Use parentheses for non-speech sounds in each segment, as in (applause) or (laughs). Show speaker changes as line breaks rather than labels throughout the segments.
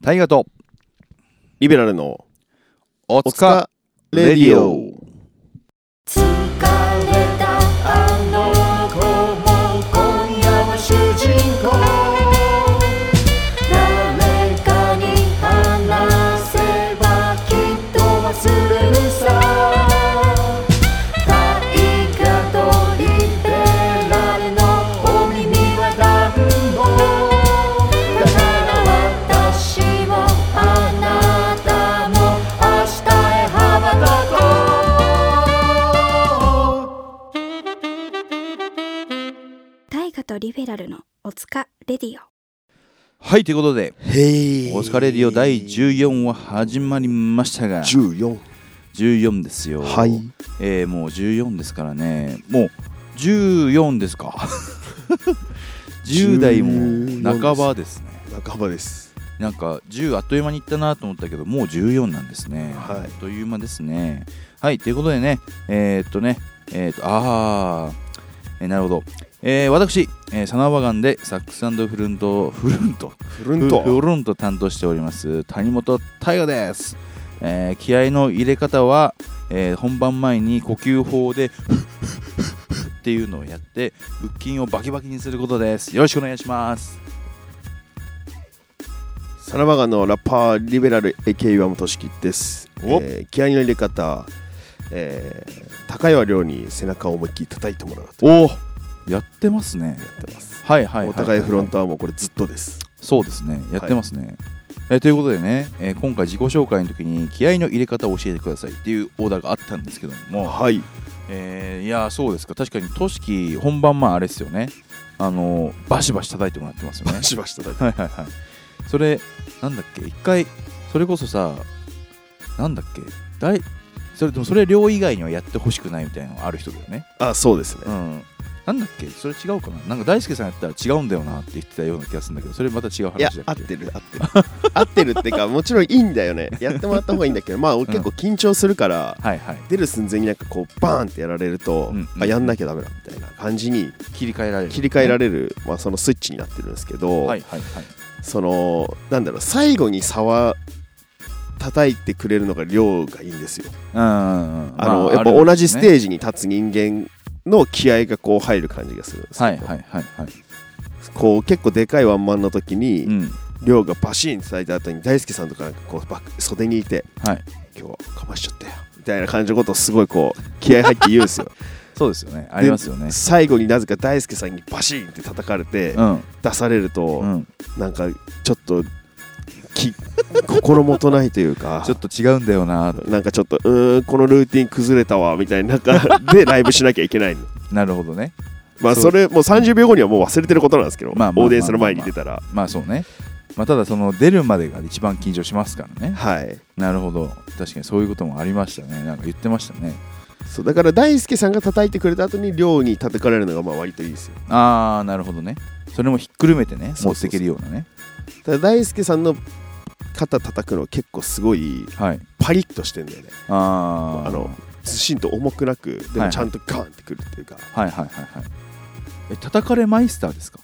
大河と
リベラルの
お
お
つ
つか
か
レディオ。
疲れたあの子も今夜は主人公誰かに話せばきっと忘れるさ大河とリベラルのお耳は暖房だから私もあなたも明日へ羽ばたこう
大河とリベラルのおつかレディオ
はいということで「
へ
おつかレディオ」第14話始まりましたが
14
14ですよ
はい
えーもう14ですからねもう14ですか10代も半ばですね
半ばです
なんか10あっという間にいったなと思ったけどもう14なんですね、
はい
あっという間ですねはいということでねえーっとねえーっとあーえーなるほど、えー私、えーサナバガンでサックスフルントフルント
フルン
フ
ト
ルント担当しております谷本太陽です、えー気合の入れ方は、えー本番前に呼吸法でっていうのをやって腹筋をバキバキにすることですよろしくお願いします
サラバガンのラッパーリベラル AK 岩本式です、
お
えー気合いの入れ方、えー、高岩亮に背中を思いっきり叩いてもらうとや
おおやってますね
ってます、
はいはいはい、
お互いフロントはもうこれずっとです
そうですねやってますね、えーということでね、えー今回自己紹介の時に気合の入れ方を教えてくださいっていうオーダーがあったんですけども、
はい
えーいやーそうですか確かにトシキ本番前あれですよねあのーバシバシ叩いてもらってますよね
しました
はいはいはいそれなんだっけ一回それこそさなんだっけ大それでもそれ量以外にはやってほしくないみたいなのある人だよね
あそうですね
うん、なんだっけそれ違うかななんか大輔さんやったら違うんだよなって言ってたような気がするんだけどそれまた違う
いや
話
合
だ
っ
っけ
てる合ってる (laughs) 合ってるってかもちろんいいんだよねやってもらった方がいいんだけどまあ俺結構緊張するから、
はいはい
出る寸前になんかこうバーンってやられると、
うんうん
あやんなきゃダメだみたいな感じに
切り替えられる
切り替えら
れ
れる、まあ、そのスイッチになってるんですけど、
はいはいはい
そのなんだろう最後に差は叩いてくれるのが量がいいんですよ。
うんうんうん
あ
ま
のやっぱ同じステージに立つ人間の気合がこう入る感じがするんです
は
け
い
ど、
はいはいはい
こう結構でかいワンマンの時に、
うん
量がバシーンって叩いた後に大輔さんとかなんかこうバック袖にいて
はい
今日はかましちゃったよみたいな感じのことをすごいこう気合入って言うんですよ
そうですよねありますよね
で最後になぜか大輔さんにバシーンって叩かれて
うん
出されると、
うん
なんかちょっとき心もとないというか
(laughs) ちょっと違うんだよな
なんかちょっとうーんこのルーティン崩れたわみたいなな
(laughs)
んかでライブしなきゃいけないの
なるほどね
まあ
そう
それもう30秒後にはもう忘れてることなんですけどオ
まあまあまあまあ
ーディエンスの前に出たら
まあそうねまあただその出るまでが一番緊張しますからね
はい
なるほど確かにそういうこともありましたねなんか言ってましたね
そうだから大輔さんが叩いてくれた後に寮に叩かれるのがまあ割といいですよ
ああなるほどねそれもひっくるめてね
そ
持っ
うそうそう
ていけるようなね
ただ大輔さんの肩叩くの結構すごい
はい
パリッとしてんだよね
あー
あのずしんと重くなくでもちゃんとガンってくるっていうか、
はいはいはいはいえ叩かれマイスターですか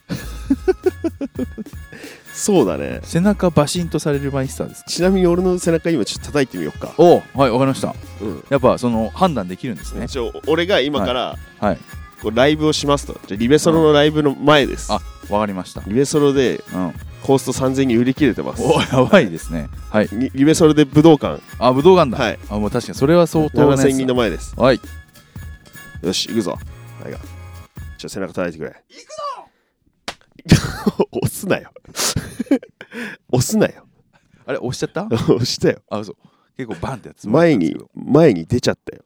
そうだね
背中バシンとされるマイスターですか
ちなみに俺の背中今ちょっと叩いてみようか、
おはいわかりました
うん
やっぱその判断できるんですね
一応俺が今から
はい
こうライブをしますとじゃあリベソロのライブの前です、
あわかりました
リベソロで
うん
コースト3000に売り切れてます
おやばいですねはい
にリベソロで武道館
あ武道館だ
はい
あもう確かにそれは相当なやつだ
7000人の前です
はい
よし行くぞはいがちょ背中叩いてくれ行くぞ (laughs) 押すなよ押すなよ (laughs)
あれ押しちゃった
押したよ
あそう結構バンってやつ
前に前に出ちゃったよ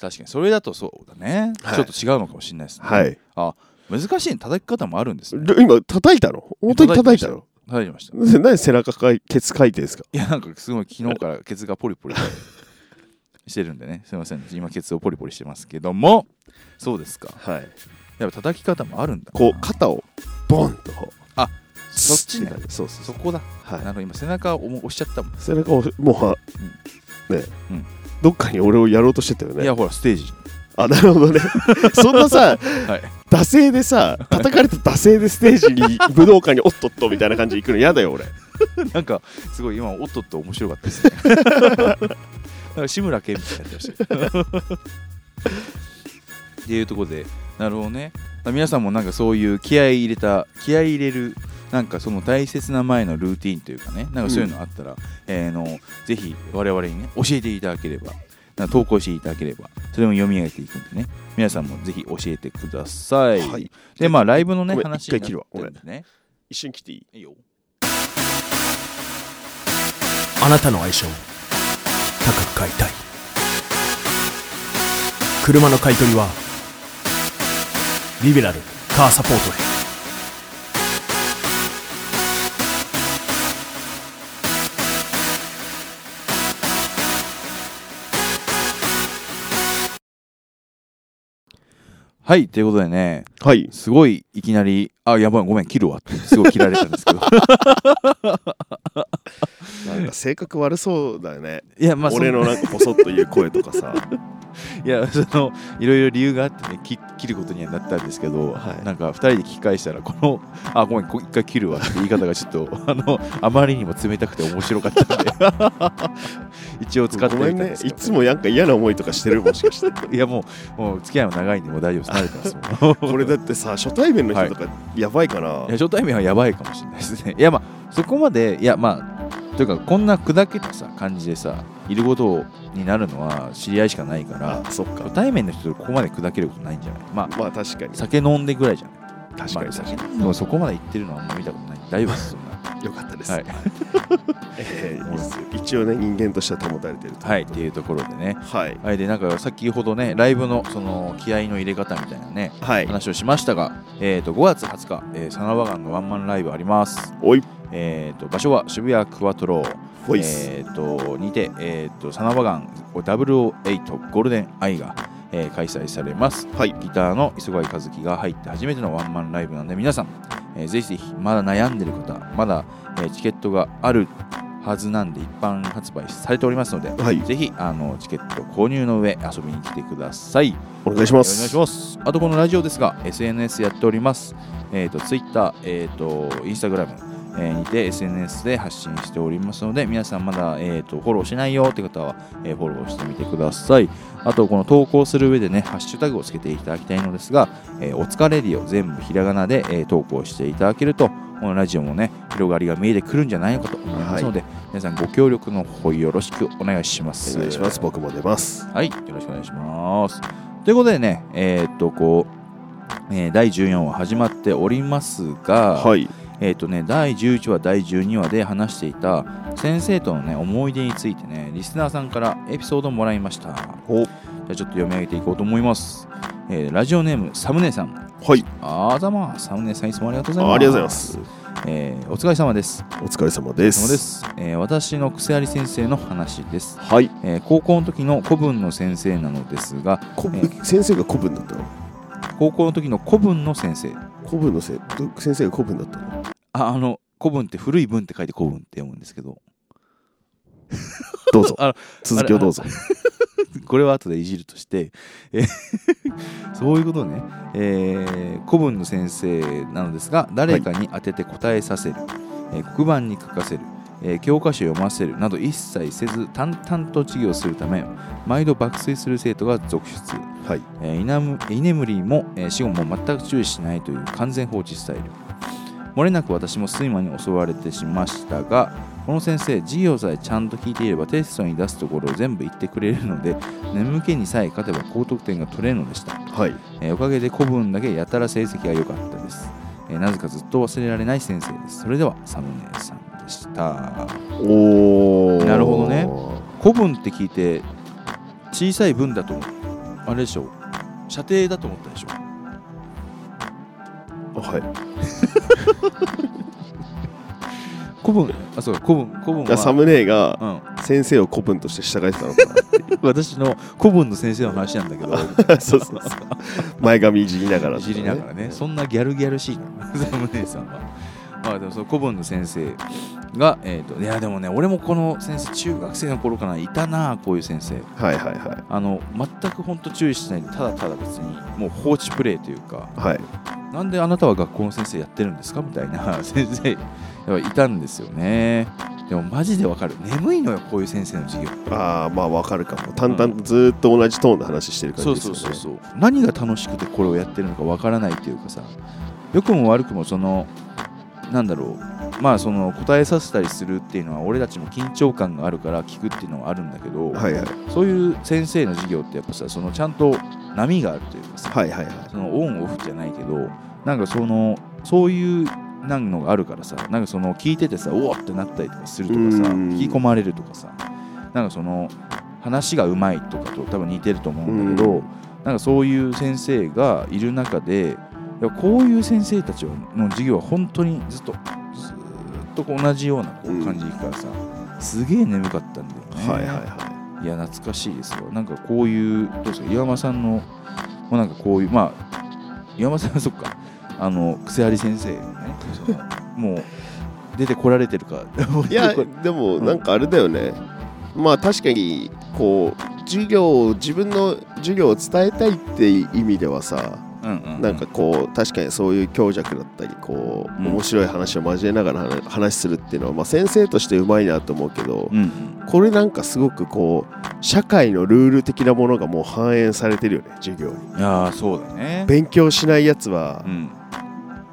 確かにそれだとそうだね、
はい
ちょっと違うのかもしれないですね
はい
あ難しい叩き方もあるんですね
ル今叩いたの本当に叩いたの
叩いてました
何背中かいケツ書いてんすか
いやなんかすごい昨日からケツがポリポリ (laughs) してるんでねすいません今ケツをポリポリしてますけどもそうですか
はい
やっぱ叩き方もあるんだな
こう肩をボンと
あそっちね
て感じそうそうそ
そうこだ、
は
ないんか今背中を押しちゃったもん、
背中をもうはね
うん
どっかに俺をやろうとしてたよ
い
ね (laughs)
やほらステージに
あなるほどねそんなさ
はい
惰性でさ叩かれた惰性でステージに武道館におっとっとみたいな感じで行くの嫌だよ俺
なんかすごい今おっとっと面白かったですね (laughs) なんか志村けんみたいになってましたっていうところでなるほどね皆さんもなんかそういう気合い入れた気合い入れるなんかその大切な前のルーティンというかねなんかそういうのあったら、えーのぜひ我々にね教えていただければなんか投稿していただければそれも読み上げていくんでね皆さんもぜひ教えてください、
はい
でまあライブのね
ごめん
話
一回切るわ
になってるんでね
一瞬来ていい
いいよ
あなたの愛車を高く買いたい車の買い取りはリベラルカーサポートへ
はいということでね
はい
すごいいきなり「あやばいごめん切るわ」ってすごい切られたんです
(laughs)
けど
なんか性格悪そうだよね、
いやまあそん
俺のなんかボソッという声とかさ (laughs)
いやそのいろいろ理由があってね切切ることにはなったんですけど、
はい
なんか2人で聞き返したらこの「あごめんこ一回切るわ」って言い方がちょっとあのあまりにも冷たくて面白かったんで
(laughs)
一応使って
ごめ
み
ん
たん
ね
ですけ
い
ど
つもなんか嫌な思いとかしてるもしかして
いやもうもう付き合いも長いんでもう大丈夫です慣れてますもん
これだってさ初対面の人とかやばいかな、
いや初対面はやばいかもしれないですね。 (laughs) いやまあそこまでいやまあというかこんな砕けたさ感じでさいることになるのは知り合いしかないから
あそっか
初対面の人とここまで砕けることないんじゃないまあ
まあ確かに
酒飲んでぐらいじゃない
確か
ま
に
あ
確か
酒飲んでもそこまで行ってるのはあんま見たことない大丈夫です
(laughs)
そんな
によかったです、
はい、
えーいいですよ一応ね人間としては保たれてると
(laughs) はい、っていうところでね
はい
はいでなんか先ほどねライブのその気合の入れ方みたいなね
はい
話をしましたが、えー、と5月20日、えー、サナバガンのワンマンライブあります、
おい
えー、と場所は渋谷クワトロ
ボイス、
えー、とにて、えー、とサナバガン008ゴールデンアイが、えー開催されます
はい
ギターの磯貝和樹が入って初めてのワンマンライブなんで皆さん、えーぜひぜひまだ悩んでる方まだ、えーチケットがあるはずなんで一般発売されておりますので、
はい
ぜひあのチケット購入の上遊びに来てください
お願いしま
お願いし
す
ます。あとこのラジオですが、SNS やっております。えっ、と、Twitter、えっ、と、Instagram、えーにて SNS で発信しておりますので、皆さんまだ、えー、とフォローしないよって方は、えーフォローしてみてください。あと、この投稿する上でね、ハッシュタグをつけていただきたいのですが、えーおつかレディオ全部ひらがなで、えー投稿していただけると、このラジオもね、広がりが見えてくるんじゃないのかと思いますので、皆さんご協力の方よろしくお願いします。
お願いします僕も出ます
はい、よろしくお願いします。ということでね、えーっと、こう、えー第14話始まっておりますが、
はい
えーっとね、第11話、第12話で話していた先生とのね、思い出についてね、リスナーさんからエピソードをもらいました。じゃ
お
あちょっと読み上げていこうと思います。えーラジオネーム、サムネさん。
はい
あーざまー、サムネさんいつもありがとうございます。
あありがとうございま。す
えーお疲れ様です。
お疲れ様で
お疲れ様
す
です。えー私の癖あり先生の話です。
はい
えー高校の時の古文の先生なのですが、
古
え
文先生が古文だったの
高校の時の古文の先生
古文のせいど先生が古文だったの
ああの古文って古い文って書いて古文って読むんですけど
どうぞ
(laughs) あの
続きをどうぞ
これは後でいじるとして、えー (laughs) そういうことね、えー古文の先生なのですが誰かに当てて答えさせる、えー黒板に書かせる、えー教科書を読ませるなど一切せず淡々と授業するため毎度爆睡する生徒が続出
はい
えー居眠居眠りも、えー死後も全く注意しないという完全放置スタイル漏れなく私も睡魔に襲われてしましたがこの先生授業さえちゃんと聞いていればテストに出すところを全部言ってくれるので眠気にさえ勝てば高得点が取れるのでした、
はい
えーおかげで古文だけやたら成績が良かったです、えーなぜかずっと忘れられない先生ですそれではサムネさんでした
おお
なるほどね古文って聞いて小さい文だと思うあれでしょ射程だと思ったでしょ
はい
古文あそうか古文古文
だか
は
らサムネが
うん、
先生を古文として従えてたのか
(laughs) 私の古文の先生の話なんだけど
な (laughs) そうそうそう前髪いじりながら
(laughs) いじりながらねそんなギャルギャルしいなサムネさんはあでもその古文の先生が、えー、といやでもね俺もこの先生中学生の頃かないたなこういう先生
はいはいは
あの全く本当注意しないでただただ別にもう放置プレイというか
いはい
なんであなたは学校の先生やってるんですかみたいな (laughs) 先生やっぱいたんですよねでもマジでわかる眠いのよこういう先生の授業
ああまあわかるかも淡々とずーっと同じトーンで話してる
そ
感
う
じです
そ
よ
う
ね
そうそう何が楽しくてこれをやってるのかわからないというかさ良くも悪くもそのなんだろうまあその答えさせたりするっていうのは俺たちも緊張感があるから聞くっていうのはあるんだけど、
はいはい
そういう先生の授業ってやっぱさそのちゃんと波があるというかさ、
はいはいはい
そのオンオフじゃないけどなんかそのそういうなんのがあるからさなんかその聞いててさおおってなったりとかするとかさ
うん
引き込まれるとかさなんかその話がうまいとかと多分似てると思うんだけど、
うん
なんかそういう先生がいる中でいやこういう先生たちの授業は本当にずっとずーっとこう同じようなこう感じでいくからさ、すげえ眠かったんだよね。
はいはいはい
いや懐かしいですよなんかこういうどうですか岩間さんのもうなんかこういうまあ岩間さんはそっ (laughs) かあの癖あり先
(laughs)
生ねそのもう出てこられてるか (laughs)
いやでもなんかあれだよねまあ確かにこう授業を自分の授業を伝えたいって意味ではさ
うんうん、
なんかこう確かにそういう強弱だったりこう
うん
面白い話を交えながら話話するっていうのはまあ先生としてうまいなと思うけど
うんうん
これなんかすごくこう社会のルール的なものがもう反映されてるよね授業に
いやーそうだね
勉強しないやつは
うん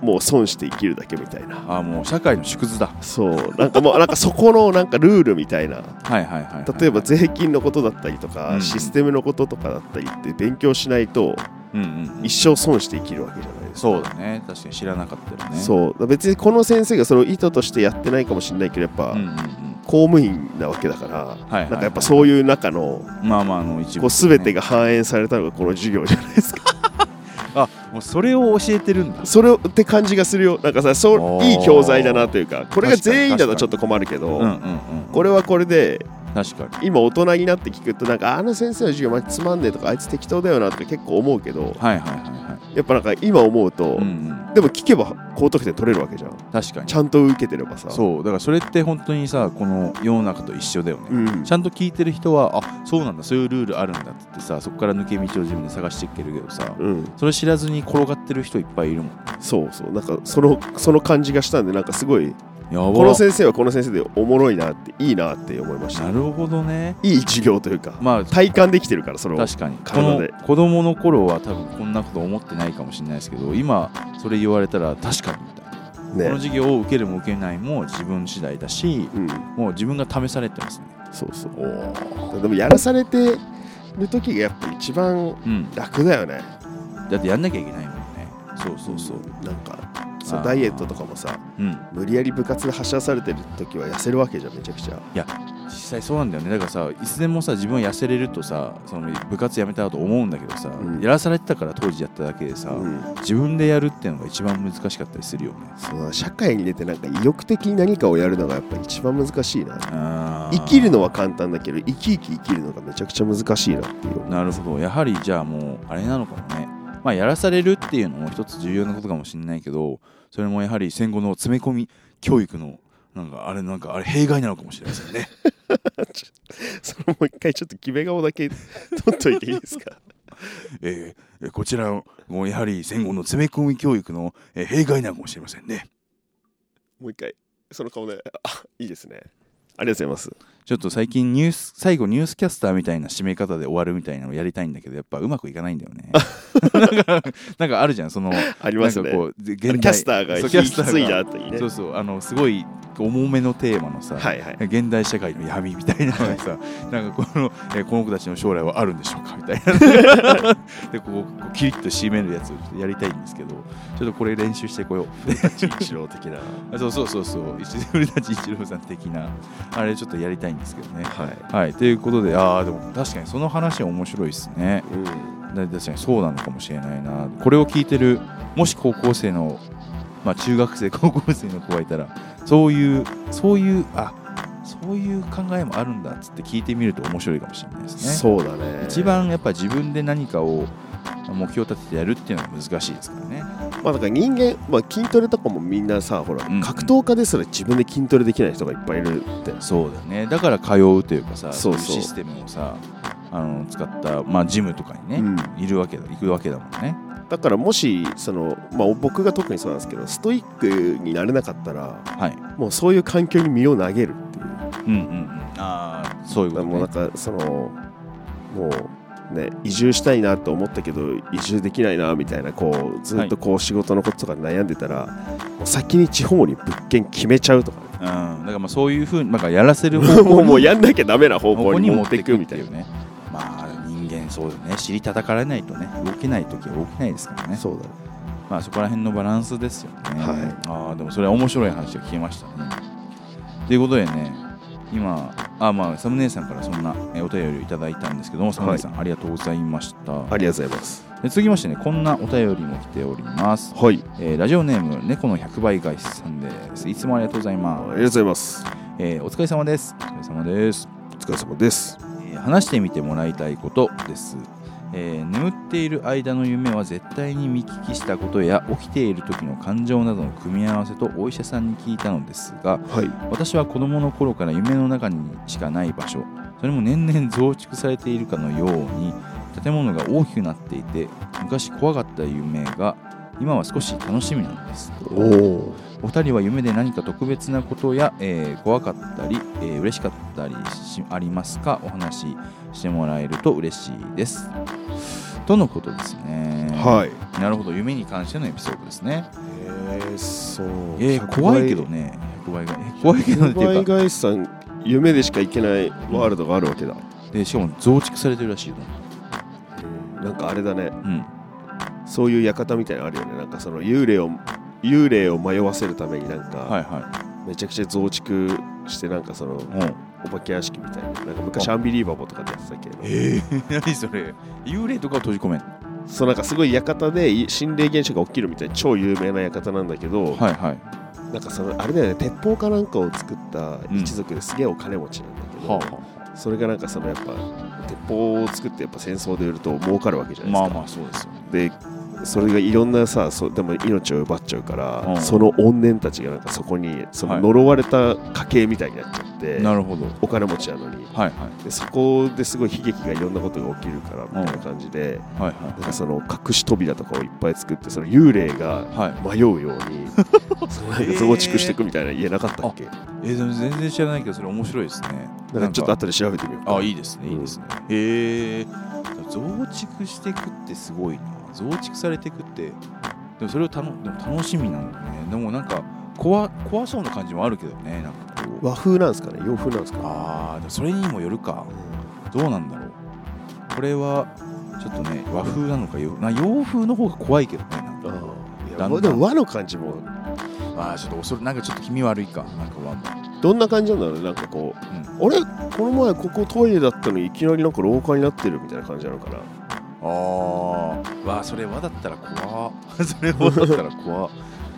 もう損して生きるだけみたいな
あーもう社会の縮図だ
そうなんかもうなんかそこのなんかルールみたいな
はいはいはい、はい、
例えば税金のことだったりとか、
うん
システムのこととかだったりって勉強しないと
うんうんうん
一生損して生きるわけじゃないですか、
そうだね確かに知らなかったよねう
そうだから別にこの先生がそれを意図としてやってないかもしれないけどやっぱ、
うんうんうん
公務員なわけだから、
はいはい
なんかやっぱそういう中の
まあまああの一部
こう全てが反映されたのがこの授業じゃないですか
あもうそれを教えてるんだ
それをって感じがするよなんかさそ
お
う
ー
いい教材だなというかこれが全員だと
確かに
ちょっと困るけど、
うんうんうん
これはこれで
確かに
今大人になって聞くとなんかあの先生の授業まつまんねえとかあいつ適当だよなとか結構思うけど
はいはいは
やっぱなんか今思うと、
いはいうんうん
でも聞けば高得点取れるわけじゃん
確かに
ちゃんと受けてればさ
そうだからそれって本当にさこの世の中と一緒だよね、
うん
ちゃんと聞いてる人はあそうなんだそういうルールあるんだっつってさそこから抜け道を自分で探していけるけどさ
うん、
それ知らずに転がってる人いっぱいいるもん
そうそうなんかそのその感じがしたんでなんかすごい
やば
この先生はこの先生でおもろいなっていいなって思いました
なるほどね
いい授業というか、
まあ
体感できてるからそれを
確かにこ
体
の
で
子供の頃は多分こんなこと思ってないかもしれないですけど今それ言われたら確かにみたいな、
ね
この授業を受けるも受けないも自分次第だし
うん
もう自分が試されてますね
そうそうでもやらされてる時がやっぱ一番
うん
楽だよね
だってやんなきゃいけないもんねそうそうそう
なんかさ
あー
ダイエットとかもさ
うん
無理やり部活で走らされてる時は痩せるわけじゃんめちゃくちゃ
実際そうなんだよねだからさいつでもさ自分は痩せれるとさその部活やめたと思うんだけどさ、
うん
やらされてたから当時やっただけでさ、
うん
自分でやるっていうのが一番難しかったりするよね
その社会に出てなんか意欲的に何かをやるのがやっぱ一番難しいな
あー
生きるのは簡単だけど生き生き生きるのがめちゃくちゃ難しいなっていう
なるほどやはりじゃあもうあれなのかもねまあやらされるっていうのも一つ重要なことかもしれないけどそれもやはり戦後の詰め込み教育のなんかあれなんかあれ弊害なのかもしれませんね (laughs)
それもう一回ちょっと決め顔だけ取っといていいですか
えーえーこちらもやはり戦後の詰め込み教育の、えー弊害なのかもしれませんね
(laughs) もう一回その顔であいいですねありがとうございます
ちょっと最近ニュース最後ニュースキャスターみたいな締め方で終わるみたいなのをやりたいんだけどやっぱうまくいかないんだよね。なんかなんかあるじゃんその
ありますね
なんかこう現
あの
代
キャスターが
そう
引き継いだ
キャス
後に
ター
ね
がそうそうあのすごい重めのテーマのさ、
はいはい
現代社会の闇みたいなのが
(laughs)
さ、なんかこの、えーこの子たちの将来はあるんでしょうかみたい
(laughs)
なでこうこうキリッと締めるやつをちょっとやりたいんですけどちょっとこれ練習してこよう。
一郎的な
あ (laughs) そうそうそうそう石森たち一郎さん的なあれちょっとやりたいんですけどね。
はい
はい、ということで、ああ、でも確かにその話は面白いですね。
うん
だ確かにそうなのかもしれないな。これを聞いてる、もし高校生の、まあ中学生、 (laughs) 高校生の子がいたら、そういう、そういう、あそういう考えもあるんだっつって聞いてみると面白いかもしれないですね。
そうだね
一番やっぱ自分で何かを目標を立ててやるっていうのは難しいですからね。
まあだから人間、まあ、筋トレとかもみんなさほら、
うん
格闘家ですら自分で筋トレできない人がいっぱいいるって
そうだねだから通うというかさ
そうそう
システムをさあの使った、まあ、ジムとかにね、
うん
いるわけだ行くわけだもんね
だからもしその、まあ、僕が特にそうなんですけどストイックになれなかったら
はい
もうそういう環境に身を投げるっていう
うんうんうんああそういうこ
だから
とね
もうなんかそのもうね移住したいなと思ったけど移住できないなみたいなこうずっとこう仕事のこととか悩んでたら、もう先に地方に物件決めちゃうとか、
うん、だからまあそういうふうになんかやらせる方
ね、 (laughs)
向 (laughs)
もう
に
もうやんなきゃダメな方
方
向
向
に
に
持
持
っ
ってて
い
い
く
く
み
み
た
た
い
い
な
なねまあ人間そうだね尻叩かれないとね動けない時は動けないですからね
そうだね
まあそこら辺のバランスですよね、
はい
ああでもそれは面白い話が聞けましたねということでね今あまあサムネさんからそんなえお便りをいただいたんですけどもサムネさん、ありがとうございました
ありがとうございます
で続きましてねこんなお便りも来ております、
はいあり
えーラジオネーム猫の100倍返しさんですいつもありがとうございま
が
す
とうございます
えーお疲れ様です。お疲れ様です、
お疲れ様です
えー話してみてもらいたいことです。えー眠っている間の夢は絶対に見聞きしたことや起きている時の感情などの組み合わせとお医者さんに聞いたのですが
はい
私は子どもの頃から夢の中にしかない場所それも年々増築されているかのように建物が大きくなっていて昔怖かった夢が今は少し楽しみなんです
おお
お二人は夢で何か特別なことや、えー怖かったり、えー嬉しかったりしありますかお話ししてもらえると嬉しいですとのことですね
はい
いなるほど夢に関してのエピソードですね
えー、そう
えー怖いけどね100倍がえー怖いけどねってい
倍
うか
返しさん夢でしか行けないワールドがあるわけだ、
でしかも増築されてるらしいよ、
なんかあれだ
う
ね
ん、
そういう館みたいなのあるよね。なんかその幽霊を幽霊を迷わせるためになん
は
か
いは
めちゃくちゃ増築してなんかその
いもう
お化け屋敷みたいななんか昔アンビリーバボーとかでやってたけど、
えー、 (laughs) 何それ幽霊とかを閉じ込めんは
そうなんかすごい館でい心霊現象が起きるみたいな超有名な館なんだけど、
いはい
なんかそのあれだよね鉄砲かなんかを作った
うん
一族ですげえお金持ちなんだけど、それがなんかそのやっぱ鉄砲を作ってやっぱ戦争で売ると儲かるわけじゃないですか
ま。あまあそうですよね
でそれがいろんなさそうでも命を奪っちゃうから、
うん
その怨念たちがなんかそこにその呪われた家系みたいになっちゃって、
なるほど
お金持ちなのに
はいはい
でそこですごい悲劇がいろんなことが起きるからみたいな感じで、
はい
なんかその隠し扉とかをいっぱい作ってその幽霊が
はいはい
迷うようにそのなんか増築していくみたいな家なかったっけ、
えー、でも全然知らないけどそれ面白いですね
なんかちょっと後で調べてみようか
あいいですねいいですね、へえ増築していくってすごいな増築されていくってでもそれをたのでも楽しみなんだねでもなんか怖怖そうな感じもあるけどねなんかこう
和風なんですかね洋風なんですかね
あーでもそれにもよるかどうなんだろうこれはちょっとね和風なのか洋な洋風の方が怖いけどねなん
う
か
んいや
だんだん
もうでも和の感じも
あーちょっと恐れなんかちょっと気味悪いかなんか和も
どんな感じなんだろうねなんかこう、あれこの前ここトイレだったのにいきなりなんか廊下になってるみたいな感じなのかな
ああわあそれ和だったら怖 (laughs) それ和だったら怖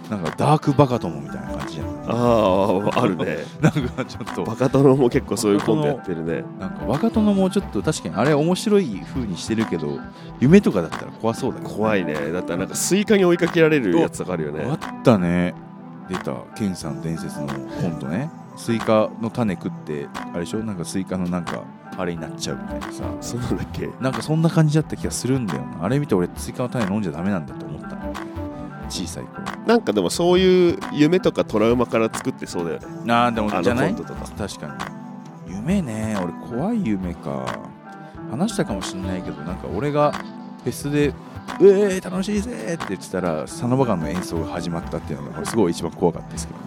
なんかダークバカ友みたいな感じじゃん
あああるね
なんかちょっと
(laughs) バカ殿も結構そういうコントやってるね
なんか若殿もちょっと確かにあれ面白い風にしてるけど夢とかだったら怖そうだけど
怖いねだったらなんかスイカに追いかけられるやつとかあるよ
あ
ね
ったね出たケンさん伝説のコントねスイカの種食ってあれでしょなんかスイカのなんかあれになっちゃうみたいなさ
そうなんだっけ
なんかそんな感じだった気がするんだよなあれ見て俺スイカの種飲んじゃダメなんだと思ったの小さい頃
なんかでもそういう夢とかトラウマから作ってそうだよね
あーでも
あ
じゃ
のコ
ない
ント
(laughs)
とか
確かに夢ね俺怖い夢か話したかもしんないけどなんか俺がフェスで「うえー楽しいぜ!」って言ってたらサノバガンの演奏が始まったっていうのが俺すごい一番怖かったですけど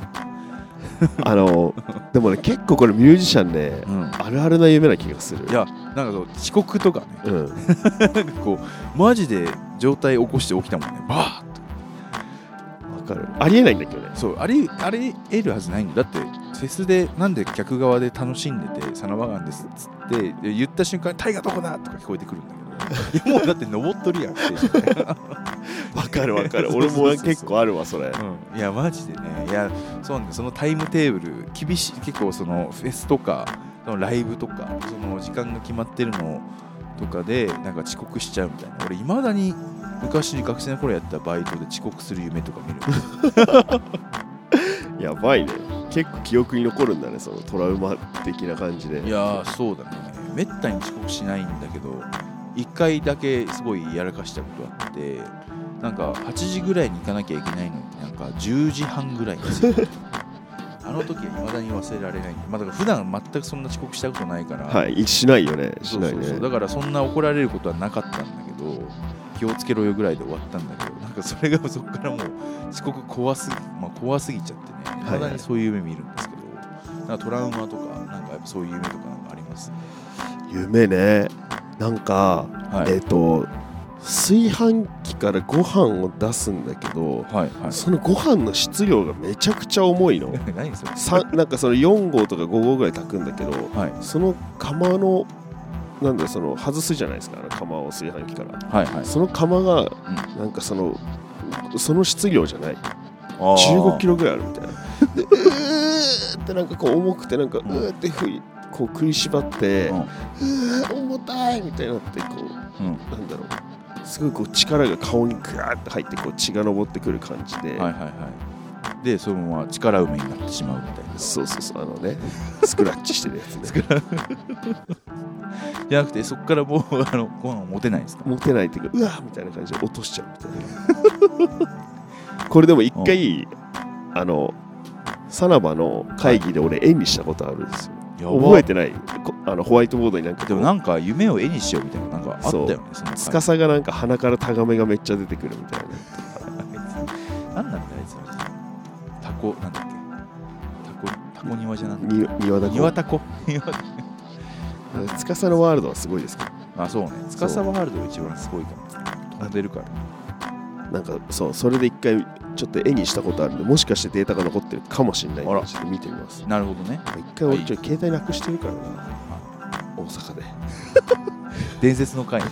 ね、
あのでもね結構これミュージシャンね
うん、
あるあるな夢な気がする
いやなんかそう遅刻とかね
う
な
ん
んかこうマジで状態起こして起きたもんねバーッと
わかるありえないんだけどね
そうあれあれ得るはずないんだよだってフェスでなんで客側で楽しんでて「サノバガンです」っつってで言った瞬間「タイがどこだ!」とか聞こえてくるんだけ
(laughs)
どいやもうだって登っとるやんって
わかるわかる
そう
(laughs) 俺
そうそうそう
も結構あるわそれ
うんいやマジでねいやそうなんだよそのタイムテーブル厳しい結構そのフェスとかそのライブとかその時間が決まってるのをとかでなんか遅刻しちゃうみたいな俺いまだに昔学生の頃やったバイトで遅刻する夢とか見る
やばいね結構記憶に残るんだねそのトラウマ的な感じで
いやーそうだねめったに遅刻しないんだけど1回だけすごいやらかしたことあってなんか8時ぐらいに行かなきゃいけないのになんか10時半ぐらいに着いたあの時はいまだに忘れられない、まあ、だから普段全くそんな遅刻したことないから、
はいしないよねし
そう
ない
そう
ね
そうだからそんな怒られることはなかったんだけど気をつけろよぐらいで終わったんだけどなんかそれがそこからもう遅刻怖すぎ,、まあ、怖すぎちゃってね
い
い
はい
まだにそういう夢見るんですけど、なんかトラウマとかなんかやっぱそういう夢とかなんかあります
夢ねなんか、
はい
えっ、と炊飯器からご飯を出すんだけど
はいは
そのご飯の質量がめちゃくちゃ重いの
い (laughs) 何それ
さなんかその4号とか5号ぐらい炊くんだけど
はい
その釜のなんだその外すじゃないですかあの釜を炊飯器から
はいはい
その釜がなんかそのその質量じゃない1
15
5キロぐらいあるみたいなでうーってなんかこう重くてなんかうーってふいこう食いしばって、
う
うんー重たいみたいになってこう
うん
なんだろうすごいこう力が顔にグワーって入ってこう血が上ってくる感じで、
はいはいはいでそのまま力埋めになってしまうみたいな
そうそうそうあのねスクラッチしてるやつ (laughs) ね
じゃなくてそこからもう (laughs) あのご飯を持てないんですか
持てないっていうかうわーみたいな感じで落としちゃうみたいなこれでも一回あのさらばの会議で俺演技したことあるんですよ覚えてないこあのホワイトボードになんかこう
でもなんか夢を絵にしようみたいななんかあったよね
そ
その
つかさがなんか鼻からタガメがめっちゃ出てくるみたいな
何なんだあいつはタコなんだっけタコタコ庭じゃなんだ
に庭だ
庭
こ
タコ庭タ
つかさのワールドはすごいですけど
コ (laughs) あそうねつかさワールドが一番すごいかも飛んでるから
なんかそうそれで一回ちょっと絵にしたことあるんでもしかしてデータが残ってるかもしれないんで
あら
ちょっと見てみます
なるほどね
一回俺ちょっと携帯なくしてるからな大阪で、
伝説の回伝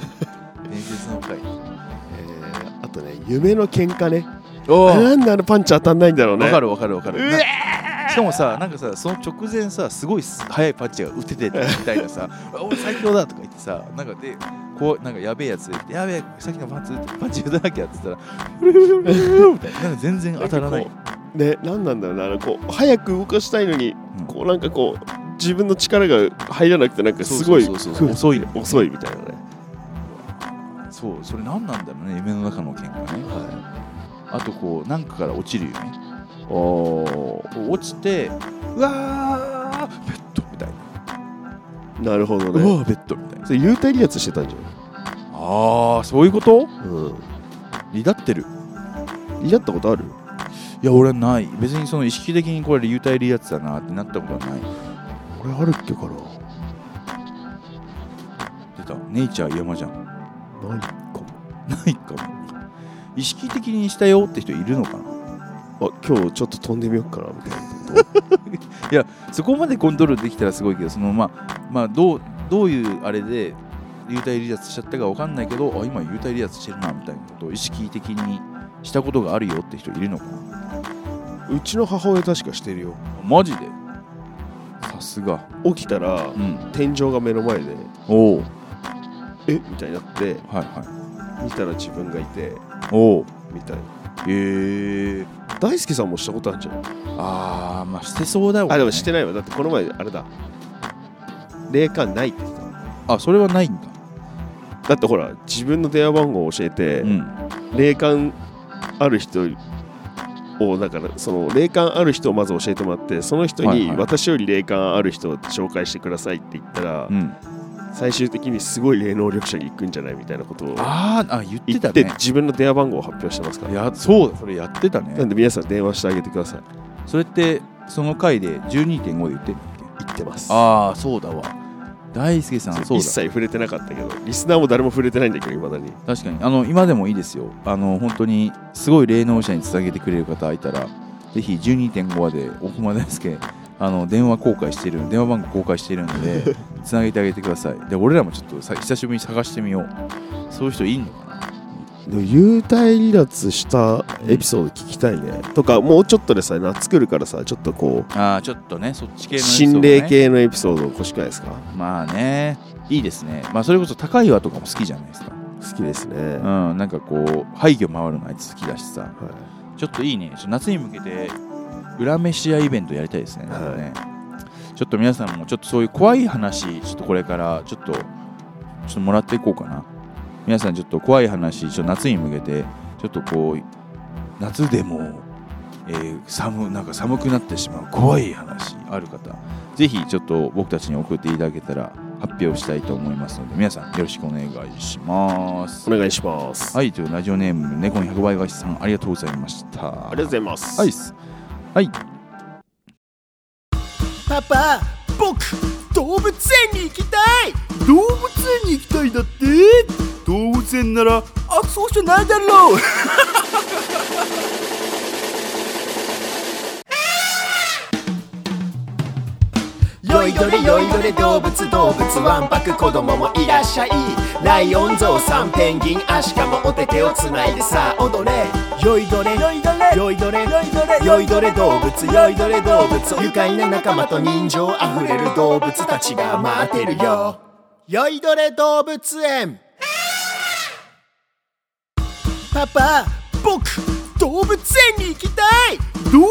説の回
えー、あとね夢の喧嘩ね
おー
なんであのパンチ当たんないんだろうね
わかるわかるわかる
う
なしかもさなんかさその直前さすごい速いパッチが打てて (laughs) たみたいなさ「お最強だ」とか言ってさなんかでこうなんかやべえやつで「やべえさっきのパンチパンチ打たなきゃ」っつったら「ルルルルルルみたいななんか全然当たらない
んかこうねなんなんだろうなあのこう早く動かしたいのに、
うん
こうなんかこう自分の力が入らなくてなんかすごい
そうそうそうそう遅い
遅いみたいなね
そうそれ何なんだろうね夢の中の喧嘩ね
はい
あとこうなんかから落ちる夢
お
こう落ちて「うわーベッド」みたいな
なるほ
「
ど
う
ね
わーベッド」みたいな
それ幽体離脱してたんじ
ああそういうこと
ゃん、うん、
離脱ってる
やったことある
いや俺はない別にその意識的にこれ幽体離脱だなってなったことはない
俺あるっけかな
出たネイチャー山じゃん
ないか
ないかも意識的にしたよって人いるのかな
もあ今日ちょっと飛んでみようかなみたいな
そこまでコントロールできたらすごいけどそのまあまあどうどういうあれで幽体離脱しちゃったか分かんないけどあ今幽体離脱してるなみたいなことを意識的にしたことがあるよって人いるのかな
うちの母親確かしてるよ
マジでさすが
起きたら
うん
天井が目の前で
おお
えみたいになって
はいは
見たら自分がいて
いおお
みたいな
へえ
大輔さんもしたことあるんじゃん
ああまあしてそうだよね
あでもしてないわだってこの前あれだ霊感ないって言ってた
あそれはないんだ
だってほら自分の電話番号を教えて、
うん
霊感ある人をだからその霊感ある人をまず教えてもらってその人
はい
に
はい
私より霊感ある人を紹介してくださいって言ったら
うん
最終的にすごい霊能力者に行くんじゃないみたいなことを
あーあ言って
言
た
って
ね
自分の電話番号を発表してますから
やそうだそれやってた
な
ね
んで皆さん電話してあげてください
それってその回で12.5で言ってるんだっけ
言ってます
ああそうだわ大輔さん
そ
そうう
一
だ
切触れてなかったけどリスナーも誰も触れてないんだけどいまだに
確かにあの今でもいいですよあの本当にすごい霊能者につなげてくれる方いたらぜひ12.5話で奥間大輔あの電話公開してる電話番号公開してるので (laughs) つなげてあげてくださいで俺らもちょっとさ久しぶりに探してみようそういう人いいのかな
でも幽体離脱したエピソード聞きたいねとかもうちょっとでさ夏来るからさちょっとこう
ああちょっとねそっち系のやつをね
心霊系のエピソード欲しくないですか
まあねいいですね、まあ、それこそ高い岩とかも好きじゃないですか、
好きですね、
う
は
ん、なんかこう廃墟回るのあいつ好きだしさ
い
ちょっといいねちょっと夏に向けて裏飯屋イベントやりたいですねなんかね、ちょっと皆さんもちょっとそういう怖い話ちょっとこれからちょっとちょっともらっていこうかな皆さんちょっと怖い話ちょっと夏に向けてちょっとこう夏でも、えー寒なんか寒くなってしまう怖い話ある方ぜひちょっと僕たちに送っていただけたら発表したいと思いますので皆さんよろしくお願いします
お願いします、
はいというラジオネーム猫の100倍返しさんありがとうございました
ありがとうございます、
はいっすはい
パパ僕動物園に行きたい動物園に行きたいだって動物園なら悪そうじゃないだろうよいどれよいどれ動物動物わんぱく子供もいらっしゃいライオンゾウさんペンギンアシカもお手手をつないでさあ踊れよいどれよいどれよいどれよいどれよいどれ動物よいどれ動物愉快な仲間と人情あふれる動物たちが待ってるよよいどれ動物園パパ僕動物園に行きたい動物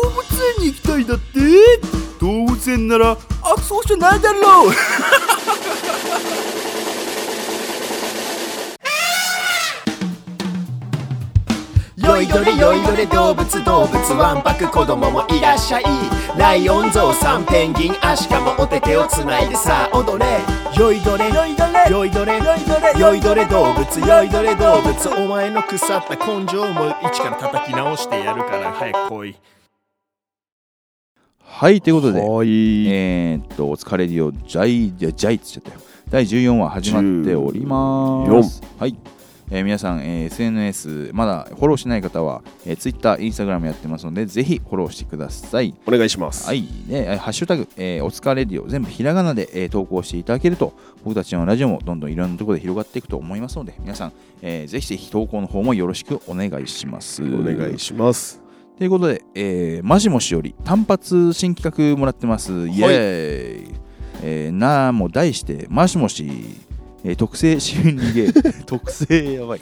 園に行きたいだって動物園なら悪そうじゃないだ (laughs) ろうよいどれよいどれ動物動物わんぱく子供もいらっしゃいライオンゾウさんペンギンアシカもお手手をつないでさあ踊れよいどれよいどれよいどれよいどれよいどれ動物よいどれ動物お前の腐った根性も一から叩き直してやるから早く来い
はいということで
はい
えーっと、お疲れディオ、ジャイ、ジャイっつっちゃったよ。第14話始まっております。はい。えー皆さん、えー SNS、まだフォローしない方は、えー、Twitter、Instagram やってますので、ぜひフォローしてください。
お願いします、
はい。で、えーハッシュタグ、えーお疲れディオ、全部ひらがなで、えー投稿していただけると、僕たちのラジオもどんどんいろんなところで広がっていくと思いますので、皆さん、えーぜひぜひ投稿の方もよろしくお願いします。
お願いします
ということで、えー、マジモシより単発新企画もらってます。イエーイ、えーなあもう題して、マシモシ、えー特製心理ゲーム。 (laughs) 特製やばい。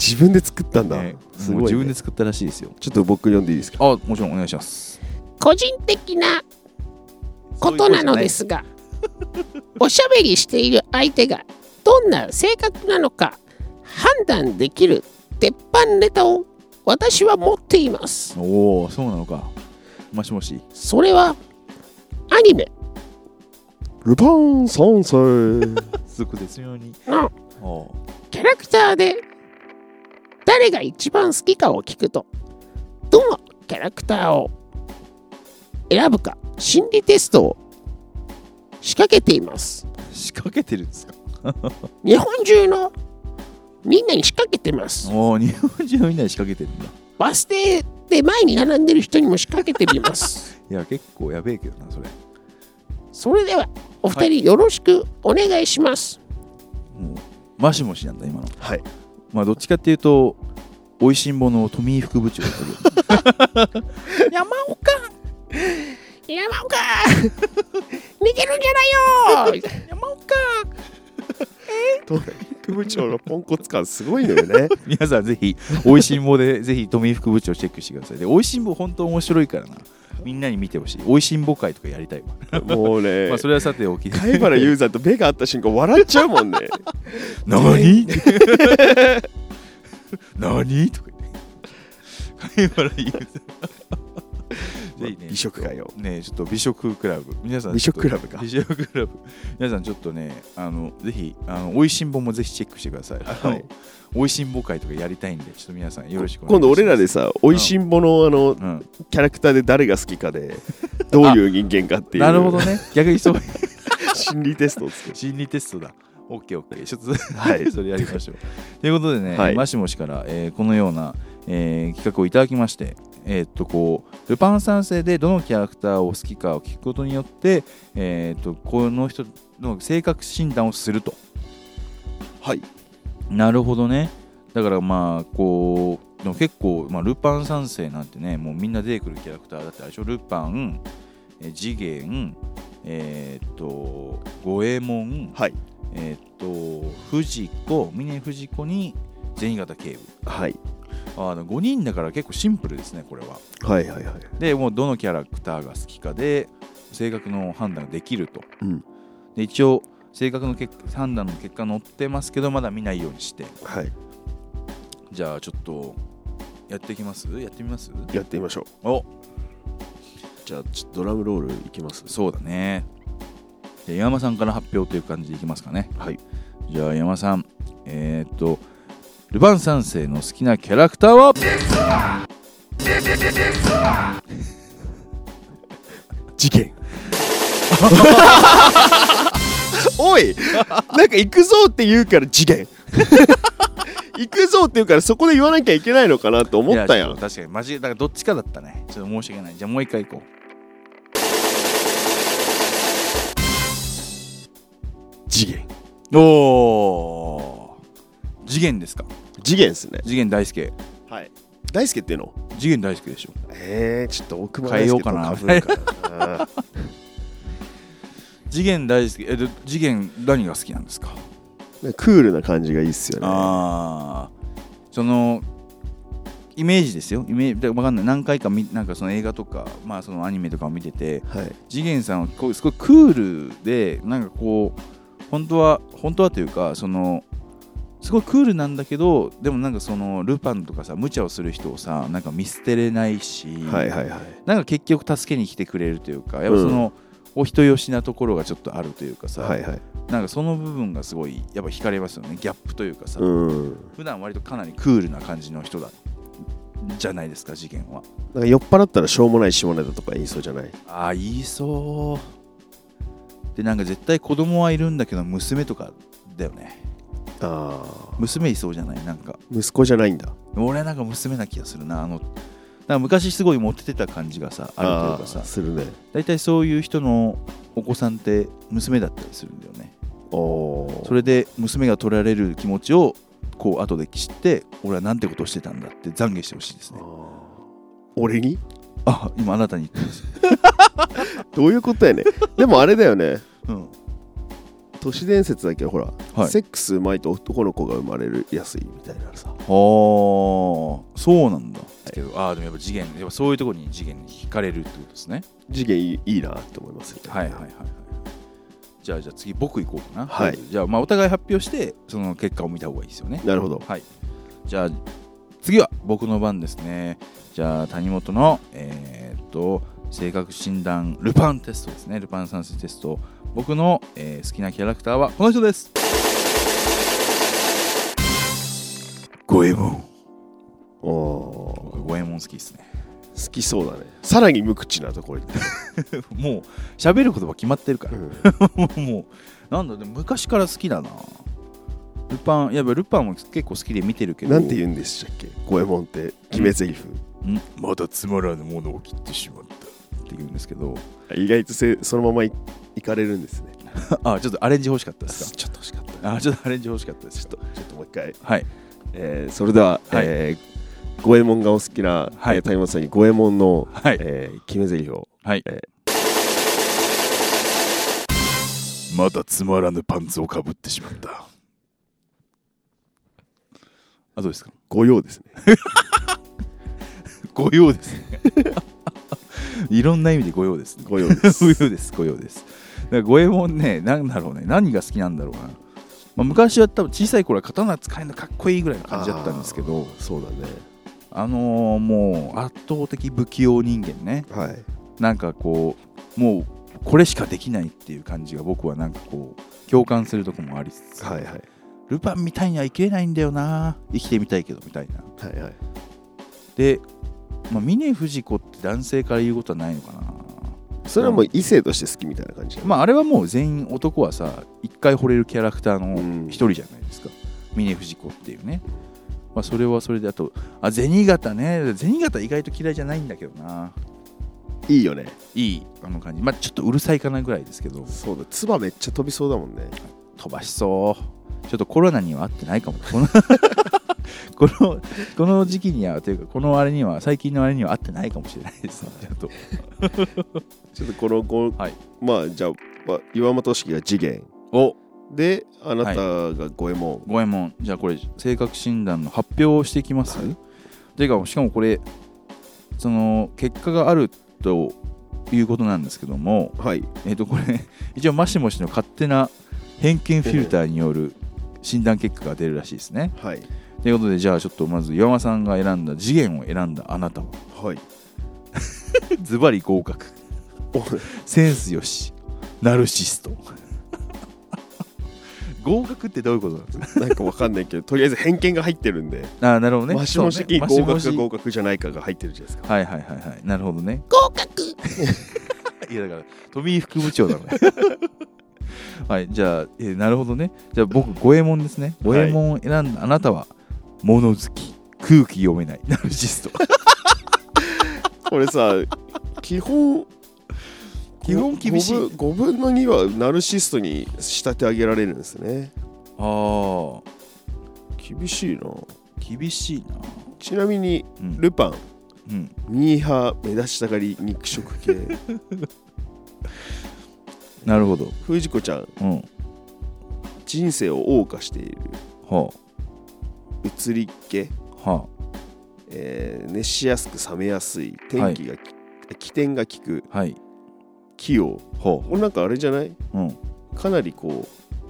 自分で作ったんだ、
ね
す
もう
ごい
自
ね、
分で作ったらしいですよ。
ちょっと僕読んでいいですか
あ、もちろんお願いします。
個人的なことなのですがおしゃべりしている相手がどんな性格なのか判断できる鉄板ネタを私は持っています
おお、そうなのか。マシモシ。
それはアニメ
ルパン三世
(laughs) すごく絶妙に。
の
おー
キャラクターで誰が一番好きかを聞くとどのキャラクターを選ぶか心理テストを仕掛けています
仕掛けてるんですか
日本中のみんなに仕掛けてます
おお、日本人みんなで仕掛けてるんだ。
バス停で前に並んでる人にも仕掛けてみます
(laughs) いや、結構やべえけどな、それ。
それではお二人よろしくお願いします、
マシモシなんだ、今の。
はい
まあ、どっちかっていうと、おいしんぼの富井副部長だった (laughs) けど。
山岡山岡 (laughs) 逃げるんじゃないよ (laughs) 山岡
副部長のポンコツ感すごいの
(laughs)
よね
皆さんぜひ、おいしんぼで、ぜひ、富井副部長チェックしてください。で、おいしんぼ、本当面白いからな。みんなに見てほしい。おいしんぼ会とかやりたいわ。
もうね、
まあ、それはさておき。
貝原雄三と目が合った瞬間笑っちゃうも
(laughs)
んね
なに (laughs) なにとか言って。貝原雄 (laughs) 三。ぜひね、
美食会を
ねちょっと美食クラブ皆さん
美食
ちょっと
クラブか
美食クラブ皆さんちょっとねあのぜひあの美味しんぼもぜひチェックしてください、あの美味しんぼ会とかやりたいんでちょっと皆さんよろしくお願いします
今度俺らでさ「おいしんぼ」のあ
う
の
ん
キャラクターで誰が好きかで (laughs) どういう人間かっていう
なるほどね逆にそういう
心理テストを作る
心理テストだオッケーオッケーちょっと、
は
(laughs)
い
それやりましょうということでね、
はい
マシモシから、えーこのような、えー企画をいただきましてえーっとこうルパン三世でどのキャラクターを好きかを聞くことによって、えーっとこの人の性格診断をすると
はい
なるほどねだからまあこうでも結構、まあ、ルパン三世なんてねもうみんな出てくるキャラクターだってあれでしょルパンえ次元えーっと五右衛門、
はい
えーっと藤子峰藤子に銭形警部
はい
あの5人だから結構シンプルですねこれは
はいはいはい
でもうどのキャラクターが好きかで性格の判断ができると、
うん
で一応性格の結判断の結果載ってますけどまだ見ないようにして
はい
じゃあちょっとやっていきますやってみます
やってみましょう
お
じゃあちょっとドラムロールいきます
そうだねじゃあ山さんから発表という感じでいきますかね
はい
じゃあ山さんえー、っとルヴァン三世の好きなキャラクターは
事件 (laughs) おいなんか行くぞって言うから事件 (laughs) 行くぞって言うからそこで言わなきゃいけないのかなと思ったや
いちょ
ん
と確かにマジだからどっちかだったねちょっと申し訳ないじゃあもう一回いこう
次元
おー次元ですか
次元ですね
次元大輔
はい大輔っていうの
次元大輔でしょ
えー、ちょっと奥
変えようかな
大輔と被るからな
次元大輔えで次元何が好きなんですか
クールな感じがいいっすよね
ああそのイメージですよイメージでわかんない何回かみなんかその映画とかまあそのアニメとかを見てて
はい
次元さんはこうすごいクールでなんかこう本当は本当はというかそのすごいクールなんだけどでもなんかそのルパンとかさ無茶をする人をさなんか見捨てれないし、
はいはいはい
なんか結局助けに来てくれるというかやっぱその、お人よしなところがちょっとあるというかさ、
はいはい
なんかその部分がすごいやっぱ惹かれますよねギャップというかさ、
うん
普段割とかなりクールな感じの人だじゃないですか事件は
なんか酔っ払ったらしょうもない下ネタとか言いそうじゃない
ああ言いそうでなんか絶対子供はいるんだけど娘とかだよね
ああ
娘いそうじゃないなんか
息子じゃないんだ
俺なんか娘な気がするなあのなんか昔すごいモテてた感じがさあるというか
あー
さ
するね
大体そういう人のお子さんって娘だったりするんだよね
おお
それで娘が取られる気持ちをこう後で知って俺はなんてことをしてたんだって懺悔してほしいですね
俺に
あ今あなたに言ってます、
どういうことやね (laughs) でもあれだよね
うん、
都市伝説だけどほら、
はい
セックスうまいと男の子が生まれるやすいみたいなさ
はあそうなんだ、けどああでもやっぱ次元やっぱそういうところに次元に惹かれるってことですね
次元いいいいなって思いますよね
はいはいはいはいじゃあじゃあ次僕行こうかな
はい
とりあえずじゃあまあお互い発表してその結果を見た方がいいですよね
なるほど
はいじゃあ次は僕の番ですねじゃあ谷本のえーっと性格診断ルパンテストですねルパン三世テスト僕の、えー好きなキャラクターはこの人です五右衛門
おお
僕五右衛門好きですね
ー好きそうだねさらに無口なと (laughs) ころに、
(laughs) もう喋ることは決まってるか
う
ら、(laughs)
ん
もうなんだでも昔から好きだなルパンいやルパンも結構好きで見てるけど
なんて言うんでしたっけ五右衛門って決め台詞、
んまだつまらぬものを切ってしまったって言うんですけど (laughs)
意外とせそのままいいかれるんですね
あちょっとアレンジ欲しかったですか
ちょっと欲しかった
あちょっとアレンジ欲しかったです
ちょっとちょっともう一回
はい
えーそれでは、
はい
えー五右衛門がお好きな、
はい
えー谷本さんに五右衛門の、
はい
えー決め台詞を
はい
またつまらぬパンツをかぶってしまった
あどうですか
御用ですね
ご用ですね (laughs) いろんな意味でご用ですね
御用で
(laughs)
す
ご用です、ご用です。だから五右衛門ね、なんだろうね、何が好きなんだろうな。まあ、昔は多分小さい頃は刀使えるのかっこいいぐらいの感じだったんですけど、
そうだね
あのーもう圧倒的不器用人間ね、
はい
なんかこう、もうこれしかできないっていう感じが僕はなんかこう、共感するとこもありつつ、
はいはいは
ルパンみたいには生きれないんだよな、生きてみたいけどみたいな。
いはい
で、まあ、峰不二子って男性から言うことはないのかな。
それはもう異性として好きみたいな感じだね
まあ、あれはもう全員男はさ一回惚れるキャラクター
うん
の一人じゃないですか峰不二子っていうね、まあ、それはそれであとあ銭形ね銭形意外と嫌いじゃないんだけどない
いよね
いいあの感じまあちょっとうるさいかなぐらいですけど
そうだ唾めっちゃ飛びそうだもんね
飛ばしそうちょっとコロナには合ってないかもこのこのこの時期にはというかこのあれには最近のあれには合ってないかもしれないですねちょっと
ちょっとこの、ご
はい
まあじゃあ、まあ、岩本式が次元
お
であなたが五右衛門、
五右衛門じゃあこれ性格診断の発表をしていきます、
はい
でかしかもこれその結果があるということなんですけども
はい
えっ、とこれ (laughs) 一応マシモシの勝手な偏見フィルターによる診断結果が出るらしいですね
はい
ということでじゃあちょっとまず岩間さんが選んだ次元を選んだあなたは
はい
ズバリ合格センスよしナルシスト合格ってどういうことなんですか
おなんかわかんないけどとりあえず偏見が入ってるんで、
ああなるほどね
マシモシに
そうねマシ
合格か
モシ
合格じゃないかが入ってるじゃないですか
はいはいはいはいなるほどね
合格
(laughs) いやだから富井副部長だね (laughs) はいじゃあ、えーなるほどねじゃあ僕五右衛門ですね五右衛門を選んだあなたは物好き空気読めないナルシスト
これさ基本
基本厳しい
5分分の2はナルシストに仕立て上げられるんですね
(laughs) ああ
厳しいな
厳しいな
ちなみに
うん
ルパン
うん
ミーハー目立ちたがり肉食
(laughs)
系
なるほど
藤子ちゃん
うん
人生を謳歌している
は
移りっ気、
あは
えー熱しやすく冷めやすい天気がき、起点が利く
あはい
器用
ほ
これなんかあれじゃないう
うん
かなりこ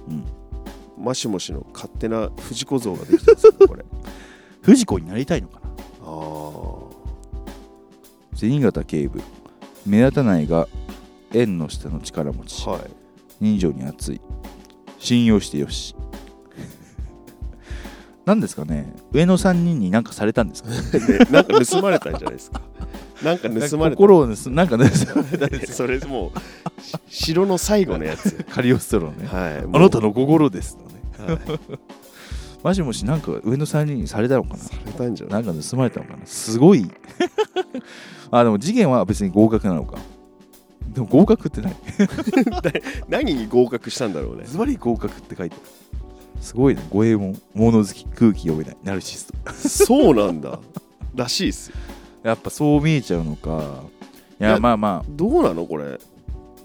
う、
うん
マシモシの勝手な藤子像ができたんですよこれ
藤子になりたいのかな
あー
銭形警部目立たないが縁の下の力持ち
はい
人情に熱い信用してよし (laughs) 何ですかね上の3人に何かされたんですか
ねなんか盗まれたんじゃない (laughs) ですか。なんか盗まれた。
心を (laughs) 盗なんかね
それもうし城の最後のやつ。
カリオストロね
はい。
あなた
の。
の心ですのね
はい
もしもしなんか上の3人にされたのかな
されたんじゃない。
なんか盗まれたのかなすごい (laughs) あでも次元は別に合格なのかでも合格ってない
何に合格したんだろうね。
ズバリ合格って書いてあるすごいね五右衛門物好き空気読めないナルシスト
そうなんだ。らしいっすよ。
やっぱそう見えちゃうのかいや
いや
まあまあ
どうなのこれ。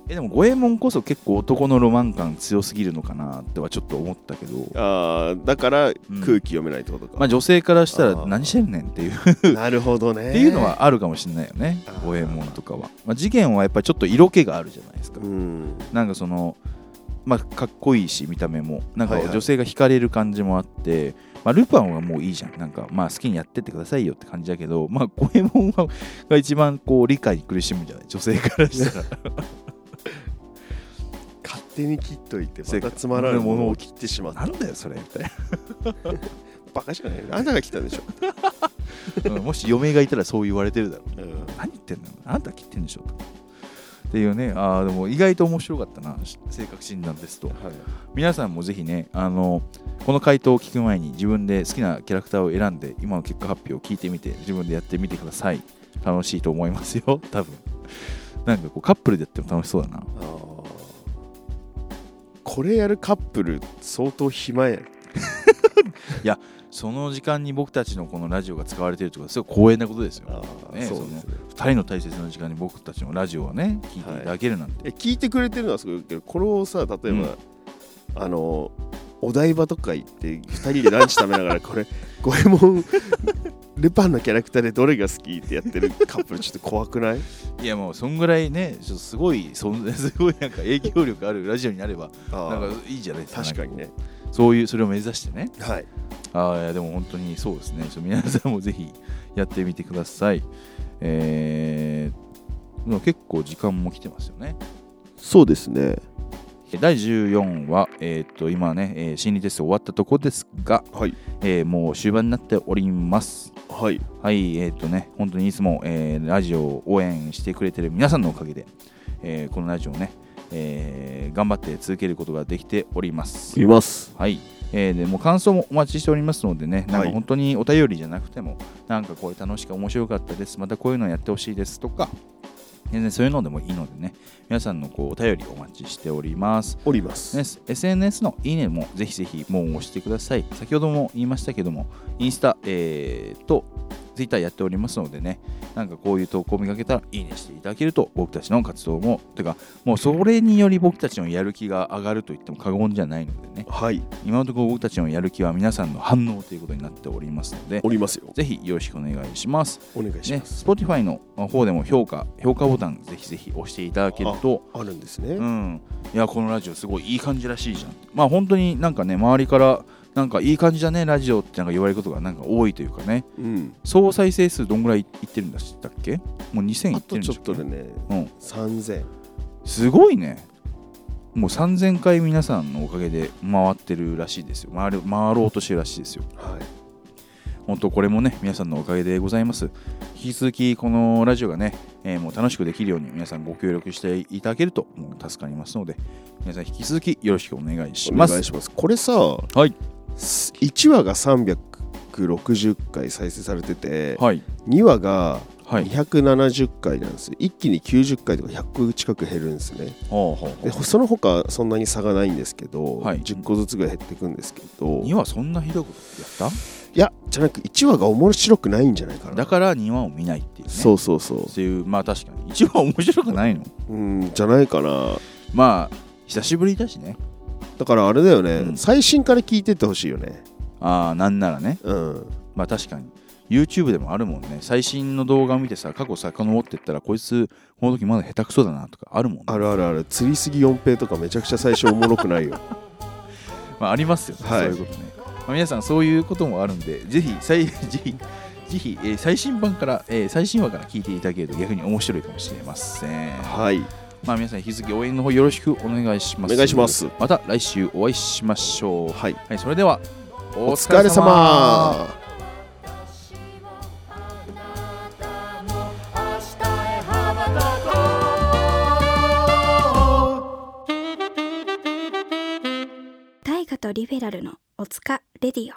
えでも五右衛門こそ結構男のロマン感強すぎるのかなってはちょっと思ったけど
ああだから空気読めないってことか。
まあ女性からした
あ
ら
ー
何してんねんっていう (laughs) っ
なるほどね。
ていうの。はあるかもしれないよね
あー
五右衛門とかは、まあ、次元はやっぱりちょっと色気があるじゃないですか
うん。
なんかそのまあかっこいいし見た目もなんか
はいはい
女性が惹かれる感じもあって、まあ、ルパンはもういいじゃんなんかまあ好きにやってってくださいよって感じだけどまあ五右衛門はが一番こう理解に苦しむんじゃない女性からした
(laughs)
ら
勝手に切っといて
せ
ま
ったか
つまらぬものを切ってしまっ
な
た。
んだよそれみたいな
バカじゃない。あなたが切ったんでしょ。
うんもし嫁がいたらそう言われてるだろう
うん。
何言ってんのあんた切ってんでしょとかっていうねあーでも意外と面白かったなし性格診断ですと
はい。
皆さんもぜひねあのこの回答を聞く前に自分で好きなキャラクターを選んで今の結果発表を聞いてみて自分でやってみてください楽しいと思いますよ (laughs) 多分なんかこうカップルでやっても楽しそうだな
あーこれやるカップル相当暇や
その時間に僕たちのこのラジオが使われてるってことはすごい光栄なことですよ
あ
ね
そう
その
ですね
2人の大切な時間に僕たちのラジオをね聞いていただけるなんて、
え聞いてくれてるのはすごいけどこれをさ例
う
えば、
ん
あのお台場とか行って2人でランチ食べながらこれ五右衛門ルパンのキャラクターでどれが好きってやってるカップルちょっと怖くない
い、やもうそんぐらいねちょっとすごいそん (laughs) すごいなんか影響力あるラジオになれば
あ
なん
ー
かいいじゃないですか
確かにね
そういうそれを目指してね
はい
あーいやでも本当にそうですねちょっと皆さんもぜひやってみてくださいえー、でも結構時間も来てますよね
そうですね
第14話、えー、と今ね、えー心理テスト終わったとこですが、
はい
えーもう終盤になっております
はい
はいえっ、とね本当にいつも、えーラジオを応援してくれてる皆さんのおかげで、えーこのラジオをね、えー頑張って続けることができております
います
はい、えーでもう感想もお待ちしておりますのでね、なん
は
か
い
本当にお便りじゃなくても、なんかこれ楽しく面白かったです、またこういうのやってほしいですとか、全然そういうのでもいいのでね、皆さんのこうお便りお待ちしております。
おります、
ね SNS のいいねもぜひぜひもう押してください。先ほども言いましたけども、インスタ、えーとツイッターやっておりますのでね、なんかこういう投稿を見かけたら、いいねしていただけると、僕たちの活動も、てか、もうそれにより僕たちのやる気が上がると言っても過言じゃないのでね、
はい、
今のところ僕たちのやる気は皆さんの反応ということになっておりますので
お、りますよ。
ぜひよろしくお願いします。
お願いし
ね
ま、す。
Spotify の方でも評価、評価ボタンぜひぜひ押していただけると、
あるんですね。
うん、いやこのラジオすごいいい感じらしいじゃんまあ本当になんかね周りからなんかいい感じだねラジオってなんか言われることがなんか多いというかね
うん。
総再生数どんぐらいいってるんだったっけもう2000い
あ
ってる
と
んで
ちょ
し
っと
ょ
でね、
うん
3000。
すごいねもう3000回皆さんのおかげで回ってるらしいですよ回る回ろうとしてるらしいですよ
はい。
本当これもね皆さんのおかげでございます引き続きこのラジオがね、えーもう楽しくできるように皆さんご協力していただけるともう助かりますので皆さん引き続きよろしくお願いし
お
ま
願い
す
します。これさ、
はい
す1話が360回再生されてて、
はい
2話が
はい
270回なんですよ。一気に90回とか100近く減るんですね。
ほうほう
でその他そんなに差がないんですけど、
はい
10個ずつぐらい減っていくんですけど
2話そんなひどいことやっ
いやじゃなく1話が面白くないんじゃないか
た
な
だから2話を見ないっていうね
そうそうそう
っていうまあ確かに一番面白くないの
うんじゃないかな
まあ久しぶりだしね
だからあれだよね、
うん
最新から聞いてってほしいよね
ああなんならね
うん
まあ確かに YouTube でもあるもんね最新の動画を見てさ過去遡ってったらこいつこの時まだ下手くそだなとかあるもんね
あるあるある釣りすぎ四平とかめちゃくちゃ最初おもろくな
(laughs)
いよ
まあ、ありますよね、
はい
そういうことね、まあ、皆さんそういうこともあるんでぜひ最 (laughs) ぜひぜひ、えー最新版から、えー最新話から聞いていただけると逆に面白いかもしれません
はい
まあ皆さん引き続き応援の方よろしくお願いします。
お願いします
また来週お会いしましょう。は
はい
い、それではお
お疲れ様
私もあなたも明日へ羽ばたこう
大河とリベラルのおつかレディオ